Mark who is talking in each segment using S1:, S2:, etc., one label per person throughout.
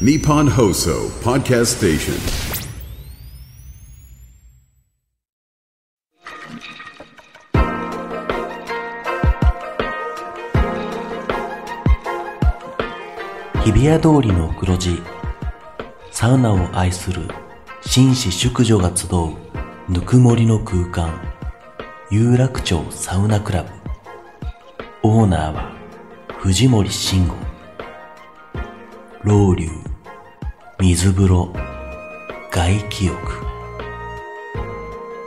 S1: Nippon Hoso Podcast Station.
S2: 日比谷通りの黒字サウナを愛する紳士淑女が集うぬくもりの空間有楽町サウナクラブオーナーは藤森慎吾老流水風呂外気浴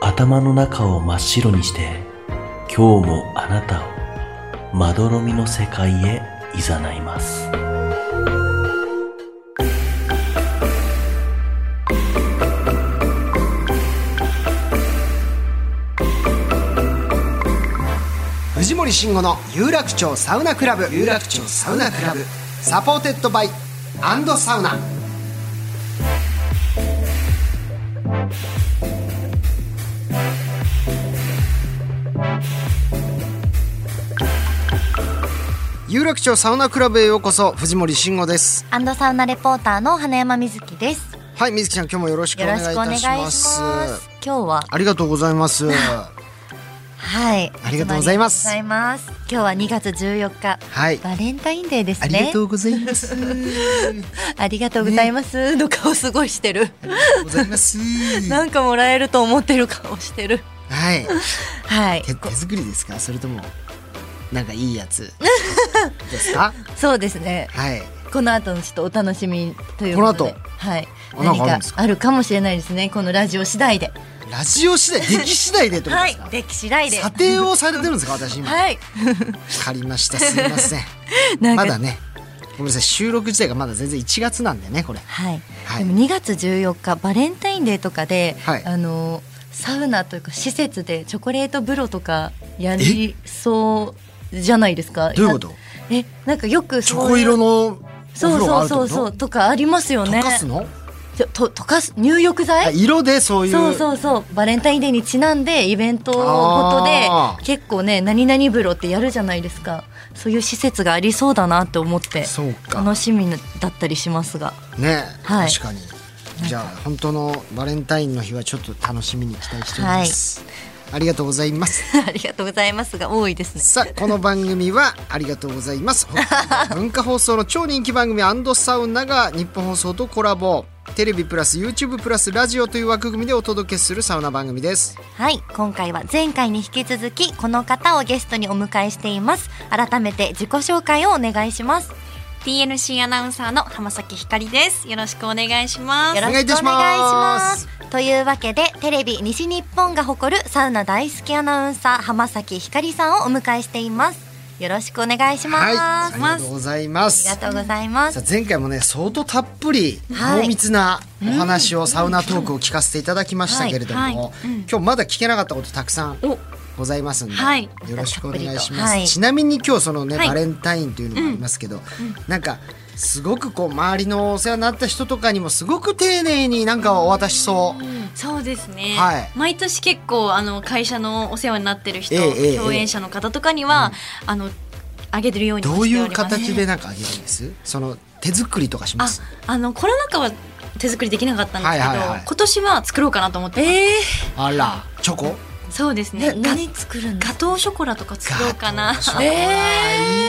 S2: 頭の中を真っ白にして今日もあなたをまどろみの世界へ誘います
S3: 藤森慎吾の有楽町サウナクラブ有楽町サウナクラブサポーテッドバイアンドサウナ有楽町サウナクラブへようこそ藤森慎吾です
S4: アンドサウナレポーターの花山瑞希です。
S3: はい水木ちゃん今日もよろしくお
S4: よ
S3: 願
S4: ろ
S3: いい
S4: しくお願
S3: た
S4: い
S3: し
S4: しま。
S3: ますす
S4: 今日は
S3: ありがとうございます は
S4: はい、
S3: ありがとうございます
S4: ありがとうございます今日は2月14日、
S3: い
S4: バレンタインデーです
S3: あり
S4: ね
S3: が。とうござい ます
S4: ありがとうございます。の顔すごいしてる。
S3: ござい ます
S4: なんかもらえると思ってる顔してる。
S3: はい
S4: はい、
S3: 手手作りですかそれともなんかいいや つですか
S4: そうですね。
S3: はい
S4: この後のちょっとお楽しみということで、
S3: この
S4: はい、
S3: あなん
S4: 何
S3: かあるん
S4: か
S3: ですか
S4: あるかもしれないですね。このラジオ次第で、
S3: ラジオ次第出来次第でってこと
S4: は
S3: で
S4: い
S3: すか、、
S4: 出来次第で、
S3: 査定をされてるんですか私今、
S4: はい、
S3: 借りましたすいません
S4: なんか
S3: まだねごめんなさい収録自体がまだ全然1月なんでねこれ
S4: はい、
S3: はい
S4: でも2月14日バレンタインデーとかで、
S3: はい
S4: あのサウナというか施設でチョコレート風呂とかやりそうじゃないですか
S3: どういうこと
S4: えなんかよく
S3: チ
S4: そ
S3: ョコ
S4: ういう
S3: 色のお風
S4: そう
S3: 呂があ
S4: そ
S3: る
S4: う
S3: って
S4: そ
S3: こ
S4: うそう
S3: と
S4: とかありますよね
S3: 溶かすの
S4: ちょと溶かす入浴剤
S3: 色でそういう
S4: そうそうそうバレンタインデーにちなんでイベントごとで
S3: あー
S4: 結構ね何々風呂ってやるじゃないですかそういう施設がありそうだなと思って
S3: そうか
S4: 楽しみだったりしますが
S3: ね、
S4: はい
S3: 確かにじゃあ本当のバレンタインの日はちょっと楽しみに期待しております、ありがとうございます
S4: ありがとうございますが多いですね。
S3: さあこの番組はありがとうございます北海道文化放送の超人気番組アンドサウナが日本放送とコラボテレビプラス YouTube プラスラジオという枠組みでお届けするサウナ番組です
S4: はい、今回は前回に引き続きこの方をゲストにお迎えしています。改めて自己紹介をお願いします。
S5: TNC アナウンサーの浜崎ひかりです。よろしくお願いしま
S4: よ
S5: す。
S4: ろ
S3: 願い
S4: し
S3: い
S4: く
S3: た
S4: お願い
S3: し
S4: し
S3: ま
S4: ますす。というわけでテレビ西日本が誇るサウナ大好きアナウンサー浜崎ひかりさんをお迎えしています。よろしくお願いします。
S3: はいあり
S4: あ
S3: がとうございます
S4: りがとうございま
S3: さ
S4: す
S3: あ。前回もね相当たっぷり
S4: はい
S3: 濃密なお話を、サウナトークを聞かせていただきましたけれども、
S5: はいはいうん
S3: 今日まだ聞けなかったことたくさん
S5: お
S3: ございますんで、
S5: はい
S3: よろしくお願いします、
S4: はい
S3: ちなみに今日そのね、
S5: はい
S3: バレンタインというのもありますけど、なんかすごくこう周りのお世話になった人とかにもすごく丁寧になんかお渡しそう、
S5: そうですね、
S3: はい
S5: 毎年結構あの会社のお世話になってる人、
S3: ええええ
S5: 共演者の方とかには、あのあげてるようには
S3: どう
S5: して
S3: い
S5: お
S3: う
S5: ります
S3: 形でなんかあげるんですその手作りとかしま
S5: あ
S3: す
S5: あのコロナ禍は手作りできなかったんですけど、
S3: はいはいはい
S5: 今年は作ろうかなと思ってます、
S3: あらチョコ
S5: そうですね
S4: な何作るんです
S5: ガ
S4: か。
S5: トーショコラとか作ろうかな
S3: ガトーショコ
S5: は
S3: ラ
S5: い
S3: いいね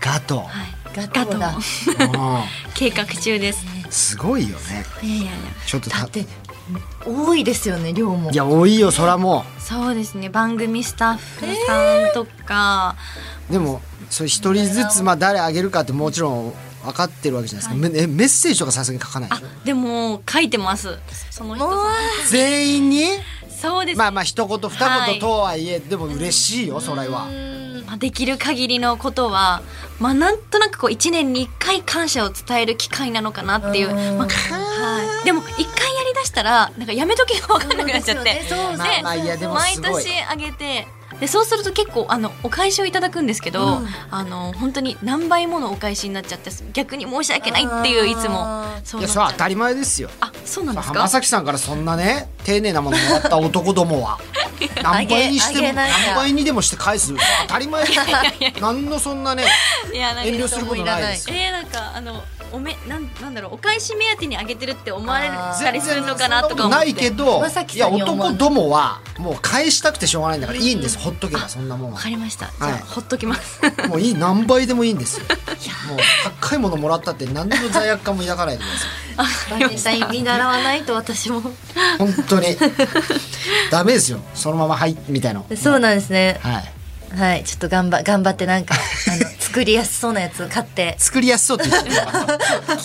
S3: ガトー、
S4: ガ
S5: ガトー
S3: う
S5: 計画中です
S3: んすごいよね
S5: いやいやいや
S3: ちょっとた
S4: だって多いですよね量も
S3: い。や多いよそらも
S5: そうですね番組スタッフさんとか、
S3: うでもそれ一人ずつまあ誰あげるかってもちろん分かってるわけじゃないですか、めえメッセージとかさすがに書かないでしょ
S5: あでも書いてますその人さん
S3: 全員に
S5: そうですね、
S3: まあまあ一言二言とはいえ、でも嬉しいよそれは
S5: まあできる限りのことは、まあ、なんとなくこう1年に1回感謝を伝える機会なのかなっていう、まあはい、でも1回やりだしたらなんかやめとけが分かんなくなっちゃ
S4: そ
S5: って、
S4: うですよねそう
S3: まあまあいやでも
S5: 毎
S3: すごい
S5: 年あげてでそうすると結構あのお返しをいただくんですけど、あの本当に何倍ものお返しになっちゃって逆に申し訳ないっていういつもそ
S3: い
S5: う
S3: やそれ
S5: なっちゃ
S3: は
S5: う
S3: 当たり前ですよ
S5: あそうなんです
S3: 浜
S5: か
S3: 崎さんからそんなね丁寧なものもらった男どもは何倍にして
S4: あげあげ
S3: も
S4: なきゃ
S3: 何倍にでもして返す当たり前何のそんなね
S5: いやなんか
S3: 遠慮することないです
S5: えー、なんかあのおめなんなんだろうお返し目当てにあげてるって思われ
S4: あー
S5: たりするのかなとか思っ
S3: な
S5: て
S3: いけど
S4: まさき
S3: い
S4: さ
S3: や
S4: んに思う
S3: 男どもはもう返したくてしょうがないんだからいいんですほっとけばそんなもん
S5: わ
S3: は
S5: かりましたじゃあ、
S3: はい
S5: ほっときます
S3: もういい何倍でもいいんですよもう高いものもらったって何の罪悪感も抱かないでくださ
S4: バレンタイン見習わないと私も
S3: い本当にダメですよそのままはいみたいな
S4: そうなんですね
S3: はい
S4: はいちょっと頑張頑張ってなんかあの作りやすそうなやつを買って
S3: 作りやすそうって言ってるから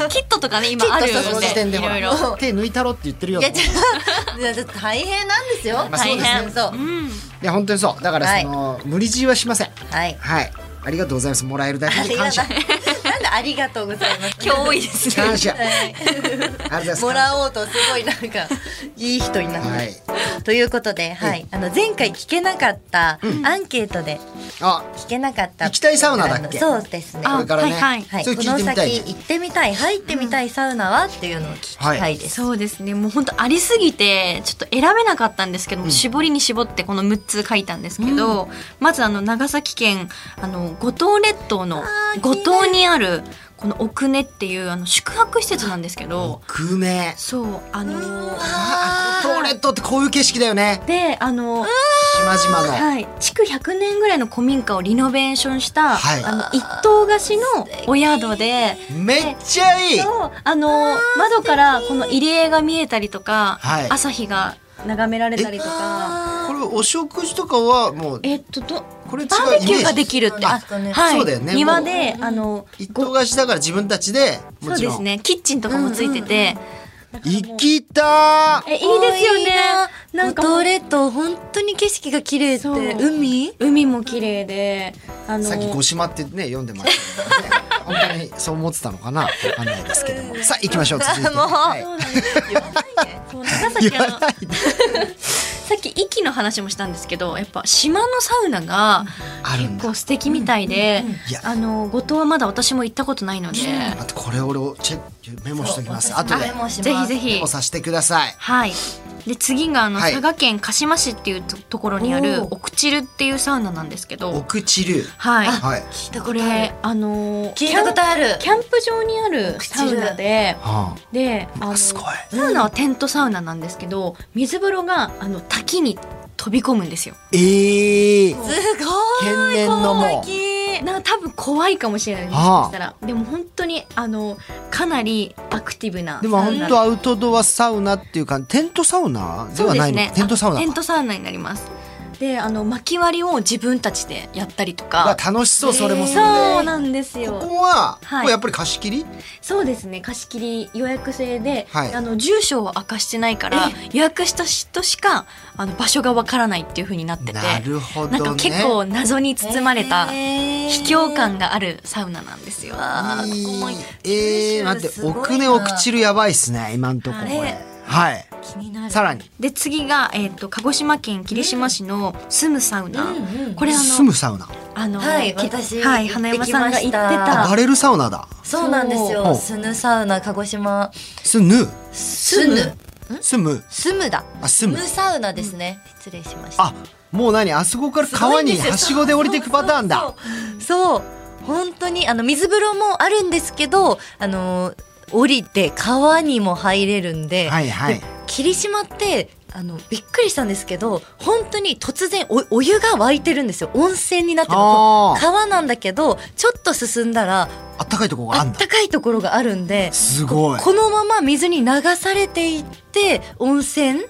S5: キットとかね今ある
S4: キット
S3: そ
S5: の
S3: の時点
S5: で
S3: でほ
S5: い
S3: ら
S5: ろいろ
S3: 手抜いたろって言ってるよ
S4: いやちょいやちょっと大変なんですよ、
S3: あそうですね
S4: 大変そう
S5: うん
S3: いや本当にそうだからその、無理強いはしません
S4: はい
S3: はいありがとうございますもらえるだ
S4: あ
S3: け
S4: り
S3: で
S4: が
S3: 感
S4: と
S3: 謝
S4: う なんでありがとうございます
S5: 今日多いですね
S3: 感謝
S4: はい
S3: ありがとう
S4: も
S3: ございます
S4: らおうとすごいなんかいい人になる、
S3: はい
S4: ということで、はい、あの前回聞けなかったアンケートで
S3: あ
S4: 聞けなかった、
S3: 行きたいサウナだっけ
S4: あのそうですね
S5: あ
S3: これからね、
S5: はいはい
S4: はい、
S3: そ
S4: こ
S3: れ聞いて
S4: の
S3: みたい
S4: 先
S3: ね
S4: 行ってみたい入ってみたいサウナはっていうのを聞きたいです、
S5: そうですねもう本当ありすぎてちょっと選べなかったんですけども、絞りに絞ってこの6つ書いたんですけど、まずあの長崎県あの五島列島の
S4: ー
S5: 五島にあるこの奥根っていうあの宿泊施設なんですけど、
S3: 僕ね
S5: そうあの
S3: あトーレットってこういう景色だよね
S5: であの、
S3: 島々の、
S5: はい、築100年ぐらいの古民家をリノベーションした、
S3: はい
S5: あの一棟貸しのお宿で。
S3: めっちゃいい
S5: そうあの窓からこの入り江が見えたりとか、
S3: はい
S5: 朝日が眺められたりとか
S3: これお食事とかはもう
S5: えっとど
S3: これ違う
S5: バーベキューができるって
S3: イメージ
S5: あはい
S3: そうだよね
S5: 庭であの
S3: 一棟貸しだから自分たちで
S5: そ
S3: も
S5: う
S3: ち
S5: で
S3: ろ
S5: す
S3: ん、
S5: ねキッチンとかもついてて、
S3: 行きたー
S5: えいいですよね
S4: な
S5: なんん
S4: か
S5: か
S4: 五島列島本当に景色が綺麗って
S5: そう
S4: 海
S5: 海も綺麗であの
S3: さっき「五島」ってね読んでましたけど ね本当にそう思ってたのかなわかんないですけどもさあ行きましょう続いて
S4: もう
S3: はい
S5: そうなんです言わないでそう長崎あのさっき息の話もしたんですけどやっぱ島のサウナが
S3: あるん
S5: 結
S3: だ
S5: 構素敵みたいで、
S3: いや
S5: あの五島はまだ私も行ったことないので、
S3: あとこれ俺をチェックメモしときます後で
S4: メモします
S5: ぜひぜ
S3: メ
S5: ひ
S3: モさせてください
S5: はい。で次があの、
S3: はい
S5: 佐賀県鹿島市っていうとところにある
S4: おー
S5: 奥チルっていうサウナなんですけ
S3: お
S5: ど、
S3: 口流
S5: はい。
S3: はい
S4: 聞いた
S5: こ
S4: ある
S5: れあのー
S4: 聞いたことある
S5: キャンキャンプ場にあるサウナで、
S3: は
S5: で、あの
S3: あすごい
S5: サウナはテントサウナなんですけど、水風呂があの滝に飛び込むんですよ。
S3: ええ
S4: すごい
S3: 天然のもう
S5: な多分怖いかもしれないもし
S3: ああ
S5: かしたら。でも本当にあのかなりアクティブな
S3: でも
S5: サウ
S3: 本
S5: ナ
S3: 当アウトドアサウナっていうかテントサウナで
S5: そう
S3: は
S5: で
S3: な
S5: す
S3: い
S5: ね
S3: の。テントサウ
S5: あ
S3: ナ
S5: テン
S3: か
S5: トサウナになります。で、あの薪割りを自分たちでやったりと
S3: うわ
S5: か。
S3: 楽しそうそれもそれ
S5: そうなんです
S3: でこ
S5: よ。
S3: こは
S5: はい
S3: もうやっぱり貸し切り
S5: そうですね。貸し切り予約制で、
S3: はい
S5: あの住所を明かしてないから予約した人しかあの場所がわからないっていう風になってて、
S3: なるほ
S5: なん
S3: ど
S5: か
S3: ね
S5: 結構謎に包まれた
S4: 秘
S5: 秘境感があるサウナなんですよ。
S3: いい
S4: ここも行
S3: ええー、待っ
S4: す
S3: て
S4: ごいな
S3: 奥根奥チルやばいっすね今んとこ
S5: あ
S3: こ
S5: れ
S3: れはい
S4: 気になる
S3: さらに
S5: で次がえっ、と鹿児島県霧島市の住むサウナ。
S4: うんうん
S5: これあの
S3: 住むサウナ
S5: あの、
S4: はい
S5: き
S4: 私
S5: はい花山さんが行って。
S4: 行ってきました
S3: バレルサウナだ
S4: そうなんです
S3: そ
S4: よ
S3: う
S4: スヌサウナ鹿児島
S3: すぬ
S4: スヌ
S3: 住む
S4: スムだ
S3: あスム
S4: スムサウナですね失礼しました
S3: あもう何あそこから川に
S4: すごいんですよ
S3: はしごで降りていくパターンだ
S4: そう本当にあの水風呂もあるんですけどあの降りて川にも入れるんで、
S3: はいはい
S4: で霧島ってあのびっくりしたんですけど本当に突然おお湯が湧いてるんですよ温泉になってる
S3: あー
S4: 川なんだけどちょっと進んだら
S3: あったかいとこが
S4: あ
S3: あん
S4: っ
S3: だ
S4: たかいところがあるんです
S3: ごい
S4: このまま水に流されていって温泉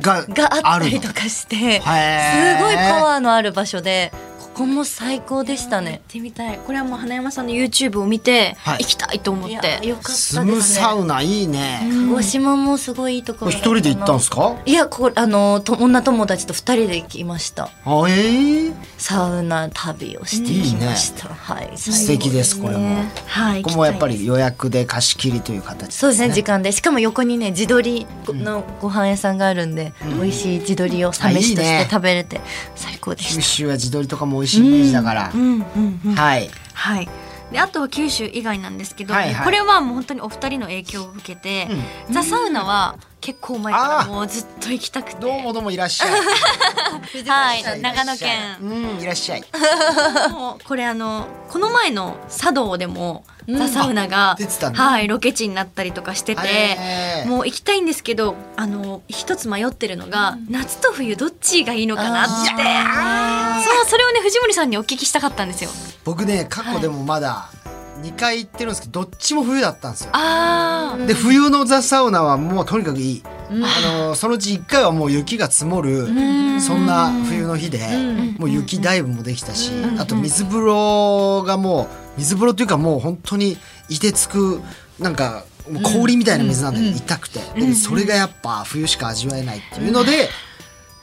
S3: が
S4: があったり
S3: の
S4: とかしてす
S3: へー
S4: ごいパワーのある場所でここも最高でしたね
S5: 行っ。てみたいこれはもう花山さんの YouTube を見て、
S3: はい
S5: 行きたいと思っ
S4: い
S5: て
S4: やよかったです
S3: 住
S4: ね。
S3: むサウナいいね
S4: 鹿児島もすごいいいところだたな。
S3: すか
S4: いやこあのと女友達と二人で行きました。
S3: あえー、
S4: サウナ旅をしてきました。はい。
S3: 素
S4: 素
S3: 敵ですこれも
S5: はい
S3: ここもやっぱ
S5: 行き
S3: り予約で貸し切りという形
S4: そうですね時間でしかも横にね地鶏のご飯屋さんがあるんで、美味しい地鶏を試しと
S3: あいい
S4: して
S3: ね
S4: 食べれて最高でし
S3: 九
S4: た。
S3: 州は自撮りとかも美味しいイメージだから、
S5: たいうんうんうん
S3: はい
S5: はいであとは九州以外なんですけど、
S3: はいはい
S5: これはもう本当にお二人の影響を受けて、ザ・サウナは結構前から
S3: あー
S5: もうずっと行きたくて
S3: どうもどうもいらっしゃい。
S5: はい 長野県
S3: うん、いらっしゃい。
S5: もうこれあのこの前の茶道でも、ザ・サウナが
S3: 出てたんだ
S5: はいロケ地になったりとかしてて、
S3: へー
S5: もう行きたいんですけどあの一つ迷ってるのが、夏と冬どっちがいいのかなってそうそれをね藤森さんにお聞きしたかったんですよ
S3: 僕ね、過去でもまだ2回行ってるんですけど、どっちも冬だったんですよ。
S5: あー
S3: で、冬のザ・サウナはもうとにかくいい。あの、そのうち1回はもう雪が積もる、そんな冬の日で、もう雪ダイブもできたし、あと水風呂がもう、水風呂というかもう本当にいてつく、なんか、もう氷みたいな水なんだよ、痛くて。でそれがやっぱ冬しか味わえないっていうので、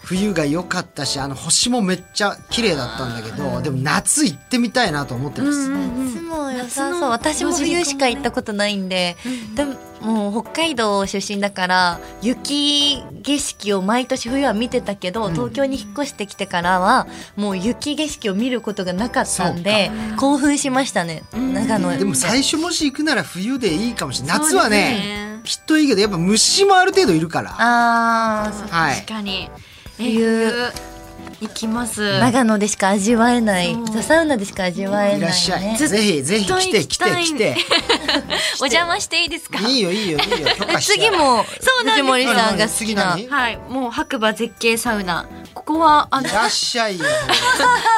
S3: 冬が良かったしあの星もめっちゃ綺麗だったんだけど、でも夏行ってみたいなと思ってます、
S4: 夏も良さ
S5: 夏
S4: そ
S5: の
S4: う私も冬しか行ったことないんで、でももう北海道出身だから雪景色を毎年冬は見てたけど、東京に引っ越してきてからはもう雪景色を見ることがなかったんで興奮しましたね長野
S3: でも最初もし行くなら冬でいいかもしれない夏
S5: そう
S3: は
S5: ですね
S3: ねきっといいけどやっぱ虫もある程度いるから
S4: あー
S3: はい
S5: 確かに
S4: 冬
S5: 冬行きます
S4: 長野でしか味わえない
S5: そう
S4: ザサウナでしか味わえない、ね、
S3: いらっしゃい、
S4: ずっ
S3: ぜひぜひ来て
S5: 行
S3: 来
S5: き
S3: て
S5: たい
S3: 来て
S5: お邪魔していいですか
S3: いいよいいよいいよ許可して
S4: 次も
S5: そうなんです
S4: 藤森さんが好
S3: 次
S4: きな
S3: 何い
S5: はいもう白馬絶景サウナここはあの
S3: らっしゃいよ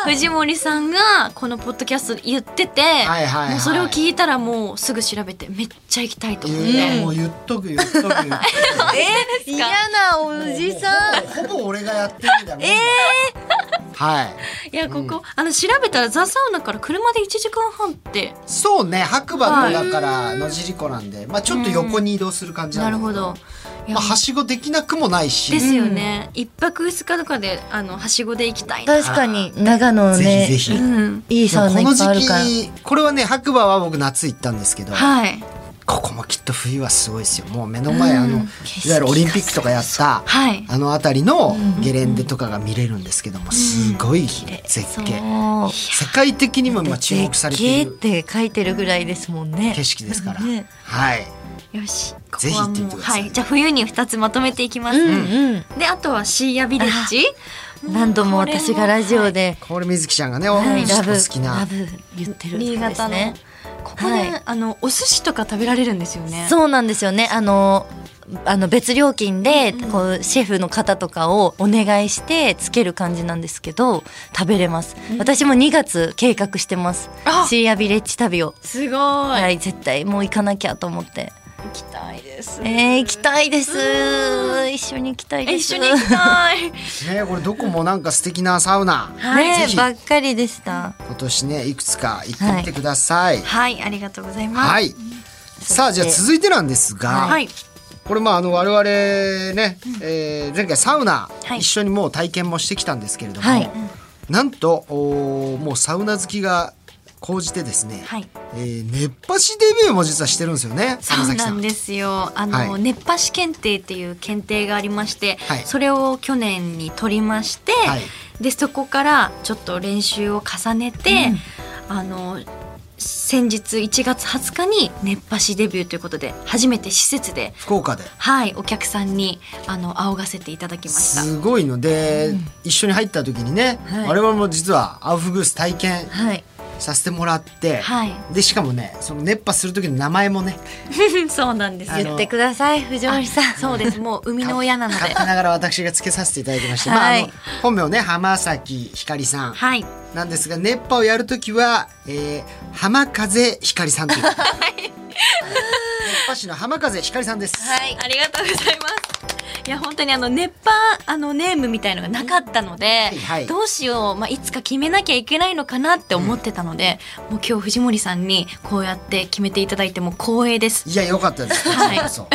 S5: 藤森さんがこのポッドキャストで言ってて、
S3: いはいはい
S5: もうそれを聞いたらもうすぐ調べてめっちゃ行きたいと思って、
S3: 言うよもう言っとく言っとく言っとく
S4: え嫌なおじさん
S3: ほぼほぼ俺がやってるみたいなええはい
S5: いやここ、あの調べたらザ・サウナから車で1時間半って
S3: そうね白馬のだから野尻湖なんで、まあちょっと横に移動する感じ
S5: な
S3: なん
S5: る
S3: だけ
S5: ほどいや
S3: まあ、はしごできなくもないし
S5: ですよね、一泊二日とかであのはしごで行きたいな
S4: 確かに長野
S3: ぜ
S4: ね
S3: ひぜひ、
S5: うん
S4: いいサウナ
S3: こ
S4: い
S3: の
S4: っぱいある
S3: 時
S4: から
S3: 期これはね白馬は僕夏行ったんですけど、
S5: はい
S3: ここもきっと冬はすごいですよもう目の前、あのいわゆるオリンピックとかやった、
S5: はい
S3: あの辺りのゲレンデとかが見れるんですけども、すごい絶景、
S4: も
S3: 世界的にも今
S4: う
S3: 注目されてい
S4: 絶
S3: る
S4: 景って書いてるぐらいですもんね
S3: 景色ですから、
S4: ね
S3: はい
S5: よしここ
S3: ぜひ
S5: は
S3: 行ってみ
S5: も
S3: て
S5: う
S3: くださ
S5: はいいじゃあ冬に2つまとめていきます、
S4: うん
S5: であとはシーアビレッジ
S4: 何度も私がラジオで
S3: これ水木ちゃんがね、
S4: 「はい
S3: お
S4: ラブ」
S3: 好きな
S4: ラブ言ってる
S5: 新
S4: とこです
S5: 潟の、
S4: ね
S5: ここで、
S4: はい
S5: あのお寿司とか食べられるんですよね
S4: そうなんですよねあのあの別料金でこうシェフの方とかをお願いしてつける感じなんですけど食べれます私も2月計画してます
S5: あ
S4: シーアビレッジ旅を
S5: すごい、
S4: はい絶対もう行かなきゃと思って
S5: 行きたいです
S4: えー、行きたいです一緒に行きたい
S5: え
S4: で
S5: 一
S4: す
S5: 緒に行きた
S3: ね
S5: い
S3: これどこもなんか素敵なサウナ
S4: ね
S3: ぜひ
S4: ばっかりでした。
S3: 今年ねいくつか行ってみてくださいはい、
S5: はいありがとうございます
S3: さあじゃあ続いてなんですが、
S5: はい
S3: これまああの我々ね、えー前回サウナ、
S4: はい
S3: 一緒にもう体験もしてきたんですけれども、
S4: はい
S3: なんとおーもうサウナ好きが高じてですね、
S5: はい
S3: えー熱波師デビューも実はしてるんですよね
S5: そ
S3: 浜
S5: う
S3: 崎
S5: な
S3: さん
S5: んですよあの、
S3: はい
S5: 熱波師検定っていう検定がありまして、
S3: はい
S5: それを去年に取りまして、
S3: はい
S5: でそこからちょっと練習を重ねて、あの先日1月20日に熱波師デビューということで初めて施設で
S3: 福岡で
S5: はいお客さんにあの仰がせていただきました。
S3: すごいので、一緒に入った時にね、
S4: はい
S3: 我々も実はアウフグース体験
S4: はい。
S3: させてもらって、
S5: はい
S3: でしかもねその熱波する時の名前もね
S5: そうなんですよ。
S4: 言ってください、藤森さん。
S5: そうです。もう生みの親なの
S3: 勝
S5: で。
S3: 手ながら私がつけさせていただきまして、
S4: はい
S3: まあ、あの本名ね浜崎ひかりさん
S5: はい。
S3: なんですが熱波をやるときは、えー、浜風ひかりさんという、熱波師の浜風ひかりさんです、
S4: はい。
S5: ありがとうございます。いや本当にあの熱波あのネームみたいのがなかったので、
S3: いはい
S5: どうしよう、まあ、いつか決めなきゃいけないのかなって思ってたので、もう今日藤森さんにこうやって決めていただいてもう光栄です。
S3: いやよかったです、
S5: は
S3: こ
S5: い
S3: ちらこそ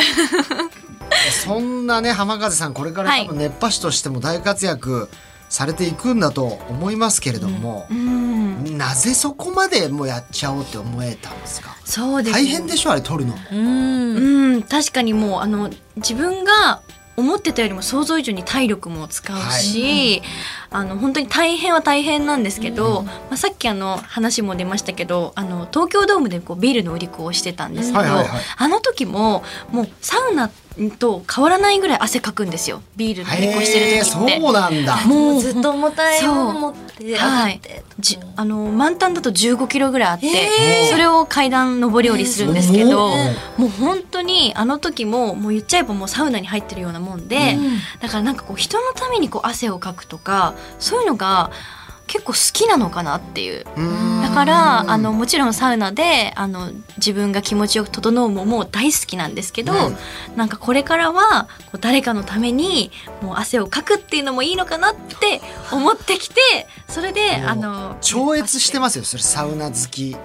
S3: そんなね浜風さんこれから多分熱波師としても大活躍されていくんだと思いますけれども、
S5: うん、
S3: なぜそこまでもうやっちゃおうって思えたんですか
S5: そうですね
S3: 大変でしょあれ撮るの
S4: うん。
S5: うん確かにもうあの自分が思ってたよりも想像以上に体力も使うし、あの本当に大変は大変なんですけど、まあ、さっきあの話も出ましたけどあの東京ドームでこうビールの売り子をしてたんですけど、
S3: はいはいはい
S5: あの時ももうサウナうんと変わらないぐらい汗かくんですよビールの
S3: へ
S5: 寝っこして
S3: え
S5: る時って
S3: そうなんだ
S4: もうずっと重たいもの持って上が
S5: は
S4: っ
S5: い
S4: て、
S5: じあの満タンだと1 5キロぐらいあって、
S4: へ
S5: それを階段上り下りするんですけど、
S3: へ
S5: もう本当にあの時ももう言っちゃえばもうサウナに入ってるようなもんで、だからなんかこう人のためにこう汗をかくとかそういうのが結構好きなのかなっていう。
S3: うん
S5: だからあのもちろんサウナであの自分が気持ちよく整うももう大好きなんですけど、
S3: うん
S5: なんかこれからはこう誰かのためにもう汗をかくっていうのもいいのかなって思ってきてそれであの
S3: 超越してますよそれサウナ好き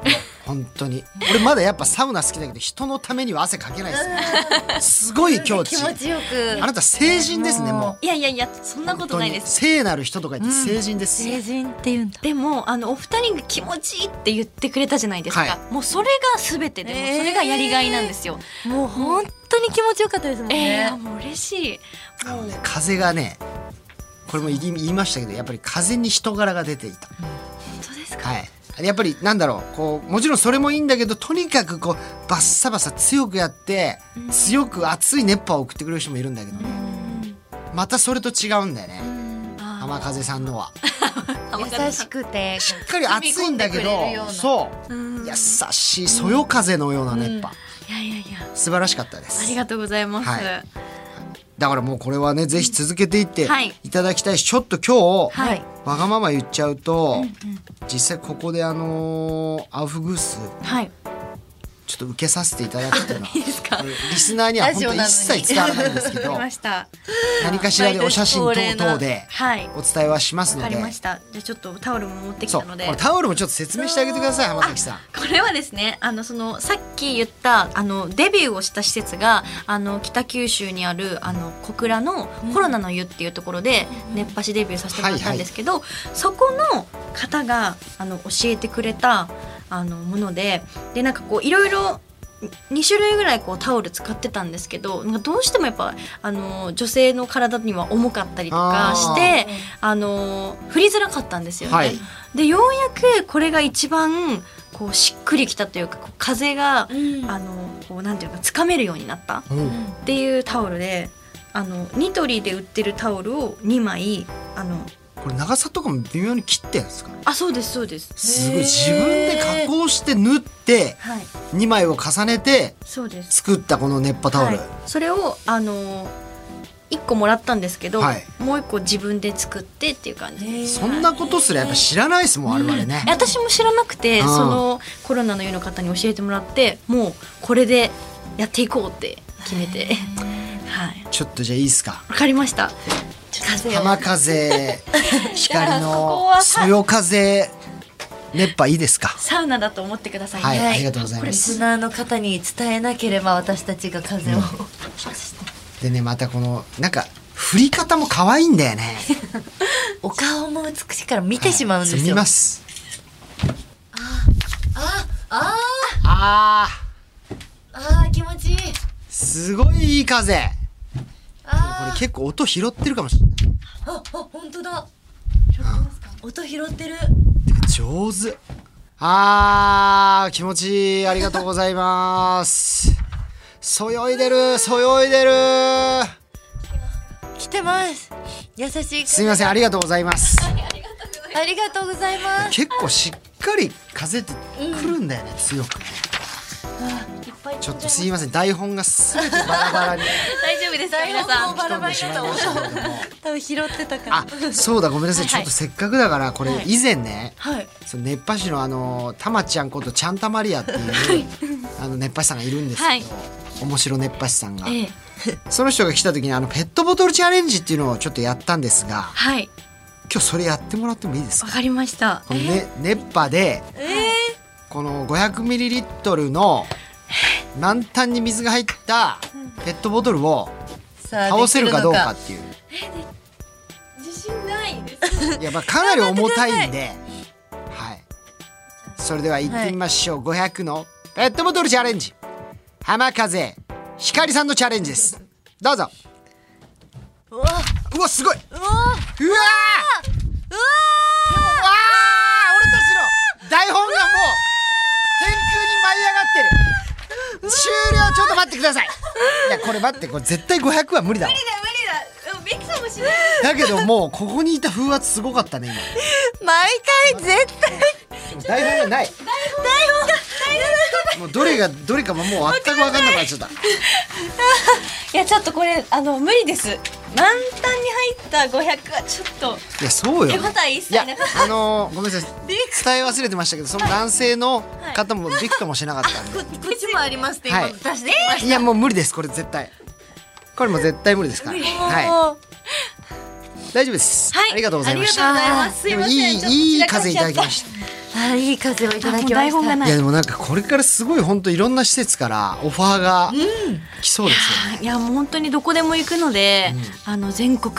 S3: 本当に俺まだやっぱサウナ好きだけど人のためには汗かけないですすごい境地
S4: 気持ちよく
S3: あなた成人ですねもう
S5: いやいやいやそんなことないです。
S3: 聖なる人とか言って成人です、
S4: 成人って言うんだ
S5: でもあのお二人が気持ちいいって言ってくれたじゃないですか、
S3: は
S5: もうそれが全てでもう
S4: えー
S5: それがやりがいなんですよ、
S4: もう本当に気持ちよかったですもん
S5: え
S4: ね、
S5: ーもう嬉しい
S3: あのね風がねこれも言い言いましたけどやっぱり風に人柄が出ていた、
S5: 本当ですか
S3: はい、やっぱりなんだろうこうもちろんそれもいいんだけどとにかくこうバッサバサ強くやって強く熱い熱波を送ってくれる人もいるんだけどねまたそれと違うんだよね浜風さんのは
S4: 優しくてし
S3: しっかり熱いんだけどそう優しいそよ風のような熱波、
S5: いやいやいや
S3: 素晴らしかったで
S5: あ
S3: す
S5: りがとうございます、
S3: はいだからもうこれはねぜひ続けていって
S5: はい
S3: いただきたいし、ちょっと今日、
S4: はい
S3: わがまま言っちゃうと、実際ここであのーアウフグース
S5: はい。
S3: ちょっと受けさせていただくっていうのは
S5: いいですか。
S3: リスナーには本当に一切伝わらないんですけど
S5: わかりました。
S3: 何かしらでお写真等々で
S5: はい。わ
S3: お伝えはしますの
S5: か
S3: で
S5: りました。じゃあちょっとタオルも持ってき
S3: そ
S5: た
S3: うこ
S5: ので。
S3: れタオルもちょっと説明してあげてください浜崎さん
S5: これはですね、あのそのさっき言ったあのデビューをした施設があの北九州にあるあの小倉のコロナの湯っていうところで熱波師デビューさせてもらったんですけど、そこの方があの教えてくれたあのもので、でなんかこういろいろ2種類ぐらいこうタオル使ってたんですけどなんかどうしてもやっぱあの女性の体には重かったりとかしてあの振りづらかったんですよね。
S3: はい
S5: でようやくこれが一番こうしっくりきたというかこう風が、
S4: ん
S5: あのこうなんていうか掴めるようになったっ
S3: うん
S5: ていうタオルであのニトリで売ってるタオルを2枚あの
S3: これ長さとかも微妙に切ってんですか
S5: あそうですそうです
S3: すごい自分で加工して縫って
S5: はい
S3: 2枚を重ねて
S5: そうです
S3: 作ったこの熱波タオル、
S5: はい、それをあの1個もらったんですけど、
S3: はい
S5: もう1個自分で作ってっていう感じです
S3: そんなことすらやっぱ知らないですもん我々ね、
S5: 私も知らなくて
S3: うん
S5: そのコロナの湯の方に教えてもらってもうこれでやっていこうって決めて はい
S3: ちょっとじゃあいいですか
S5: わかりました
S3: 浜 風光
S5: ここ
S3: の
S5: は
S3: そよ風熱波いいですか
S5: サウナだと思ってくださいね、
S3: はい、
S4: はい
S3: ありがとうございま
S4: リ
S3: す
S4: スナーの方に伝えなければ私たちが 風を、
S3: でねまたこのなんか振り方も可愛いんだよ ね
S4: お顔も美しいから見てしまうんです
S3: そう見
S4: よ、
S3: ます
S4: あ
S3: あー
S4: ーあー気持ちいい
S3: すごいいい風これ結構音拾ってるかもしれない
S4: ああ本当だ音拾ってる
S3: てか上手あー気持ちいいありがとうございますそよいでるそよいでる
S4: 来てます優しい
S3: すみませんありがとうございます
S4: ありがとうございます
S3: 結構しっかり風ってくるんだよね、強くねちょっとすいません台本がすべてバラバラに
S5: 大丈夫ですか皆さん
S4: バラバラ
S3: 飛んでしまいましたけども
S4: 多分拾ってたから
S3: あそうだごめんなさいちょっとせっかくだからこれ以前ね、
S4: はい
S3: その熱波師のあのたまちゃんことちゃんたまりやっていうあの熱波師さんがいるんですけど、
S5: はい
S3: 面白熱波師さんが、
S5: ええ
S3: その人が来た時にあのペットボトルチャレンジっていうのをちょっとやったんですが
S5: はい
S3: 今日それやってもらってもいいです
S5: わ
S3: か
S5: かりました
S3: この、ね、熱波で、この500ミリリットルの満タンに水が入ったペットボトルを
S4: さあ
S3: 倒せるかどうか
S4: でき
S3: っていう
S5: 自信ないです
S3: やっぱかなり重たいんではいそれでは行ってみましょう、500のペットボトルチャレンジ浜風光さんのチャレンジですどうぞ
S4: るのか
S3: うわすごいう
S4: わうわ
S3: うわー
S4: うわ
S3: あー俺たちの台本がもう天空に舞い上がってる
S4: う
S3: 終了ちょっと待ってくださいいやこれ待ってこれ絶対500は無理だわ
S5: 無理だ無理だでもビクさんもしない
S3: だけどもうここにいた風圧すごかったね
S4: 毎回絶対
S3: 今でも台本がないもうどれがどれかももう全く分かんなくなっちゃった
S5: いやちょっとこれあの無理です満タンに入った500はちょっと
S3: いやそうよ
S5: 手応え一
S3: い
S5: 切
S3: や
S5: なかっ
S3: あのーごめんなさい伝え忘れてましたけどその男性の方もびくともしなかったんで、
S4: こっちもありますって
S3: は
S4: 今
S3: い
S4: 出してきまし
S3: い、やもう無理ですこれ絶対これもう絶対無理ですから
S4: た
S3: は
S4: もう
S3: い大丈夫です、
S5: はい
S3: ありがとうございました
S5: ありがとうございますすいません
S3: でも
S5: ちょっ
S3: い
S5: と
S3: いいい
S5: 散らか
S3: 風
S5: し
S3: い
S5: ちゃ
S3: た
S5: った
S3: だきました
S4: あいい風をいただ
S5: たもう
S4: きま
S5: 台
S4: し
S5: 本が
S4: た
S5: ないい
S3: やでもなんかこれからすごい本当いろんな施設からオファーが来そうですよね、
S5: いやもう本当にどこでも行くので、あの全国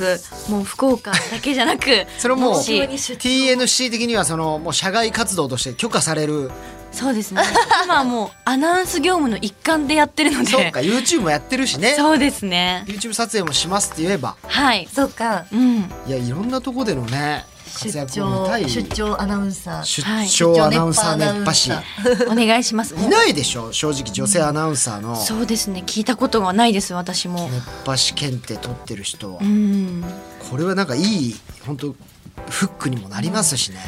S5: もう福岡だけじゃな く
S3: それはもう
S5: もし
S3: TNC 的にはそのもう社外活動として許可される
S5: そうですね今はもうアナウンス業務の一環でやってるので
S3: そうか YouTube もやってるしね
S5: そうですね
S3: YouTube 撮影もしますって言えば
S5: はい
S4: そうか
S5: うん
S3: いやいろんなとこでのね活
S4: 出
S3: 躍を見た
S4: 張
S3: い
S4: 出張アナウンサー
S3: 出
S5: はい
S3: 張アナウンサー
S4: 出張
S3: 熱波師
S4: アナウン
S5: お願いします
S3: いないでしょ正直女性アナウンサーの熱
S5: そうですね聞いたことがないです私も
S3: 波師検定取ってる人は
S5: うん
S3: これはなんかいい本当フックにもなりますしね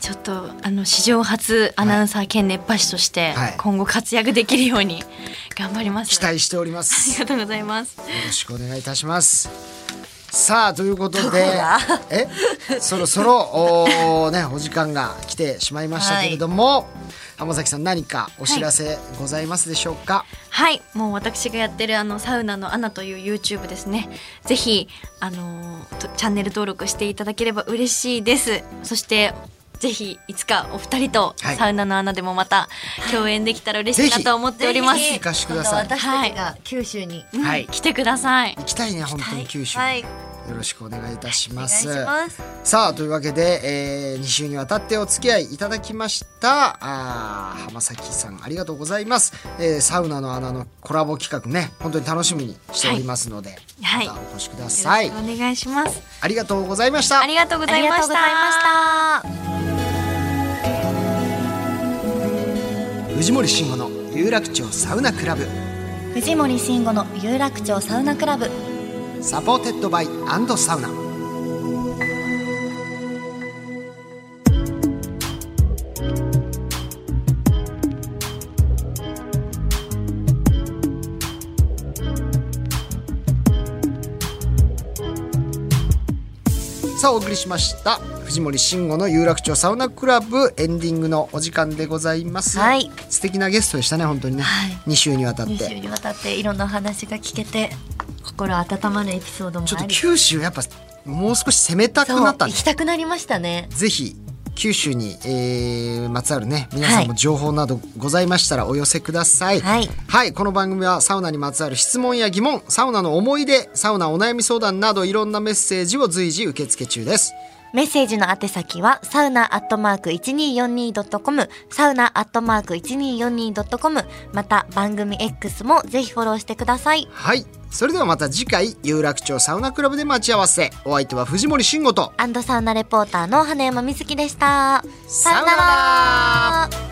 S5: ちょっとあの史上初アナウンサー兼熱波師として、
S3: はい
S5: 今後活躍できるように 頑張ります
S3: 期待しております
S5: ありがとうございます
S3: よろしくお願いいたします。さあということで
S4: だ
S3: えそろそろお,、ね、お時間が来てしまいましたけれども、浜崎さん何かお知らせございますでしょうか、
S5: はい、もう私がやってるあのサウナのアナという YouTube ですね。ぜひあのーとチャンネル登録していただければ嬉しいです。そしてぜひいつかお二人と
S3: はい
S5: サウナのアナでもまた共演できたら嬉しい
S3: ぜひ
S5: なと思っております。
S3: ひ行かしてください
S4: また私たちが九州に
S5: うん
S3: はい
S5: 来てください
S3: 行。きたいね本当に九州、
S4: はい
S3: よろしくお願いいたします。
S4: お願いします
S3: さあというわけで、え2週にわたってお付き合いいただきましたあー浜崎さんありがとうございます、えーサウナの穴のコラボ企画ね本当に楽しみにしておりますので、
S5: はい
S3: またお越しくだ
S5: よろ
S3: さい、
S5: しくお願いします。
S3: ありがとうございました
S5: ありがとうございま
S4: ありがとう
S5: し。
S4: ございましたた
S3: 藤森慎吾の有楽町サウナクラブ
S4: 藤森慎吾の有楽町サウナクラブ
S3: サポーテッドバイサウナさあお送りしました藤森慎吾の有楽町サウナクラブエンディングのお時間でございます、
S4: はい
S3: 素敵なゲストでしたね本当にね、
S4: はい
S3: 2週にわたっ
S4: 2
S3: て
S4: 週にわたっていろんなお話が聞けて心温まるエピソードも
S3: ちょっ
S4: あ
S3: と
S4: り
S3: 九州やっぱもう少し攻めたくなった
S4: そう
S3: ね
S4: 行きたくなりましたね
S3: ぜひ九州に、えーまつわるね皆さんも情報などございましたらお寄せください
S4: はい
S3: はい、この番組はサウナにまつわる質問や疑問サウナの思い出サウナお悩み相談などいろんなメッセージを随時受付中です
S4: メッセージの宛先は、サウナアットマーク 1242.com、サウナアットマーク 1242.com、また番組 X もぜひフォローしてください。
S3: はいそれではまた次回有楽町サウナクラブで待ち合わせお相手は藤森慎吾と
S4: アンドサウナレポーターの花山瑞希でした。
S3: さよなら
S4: ら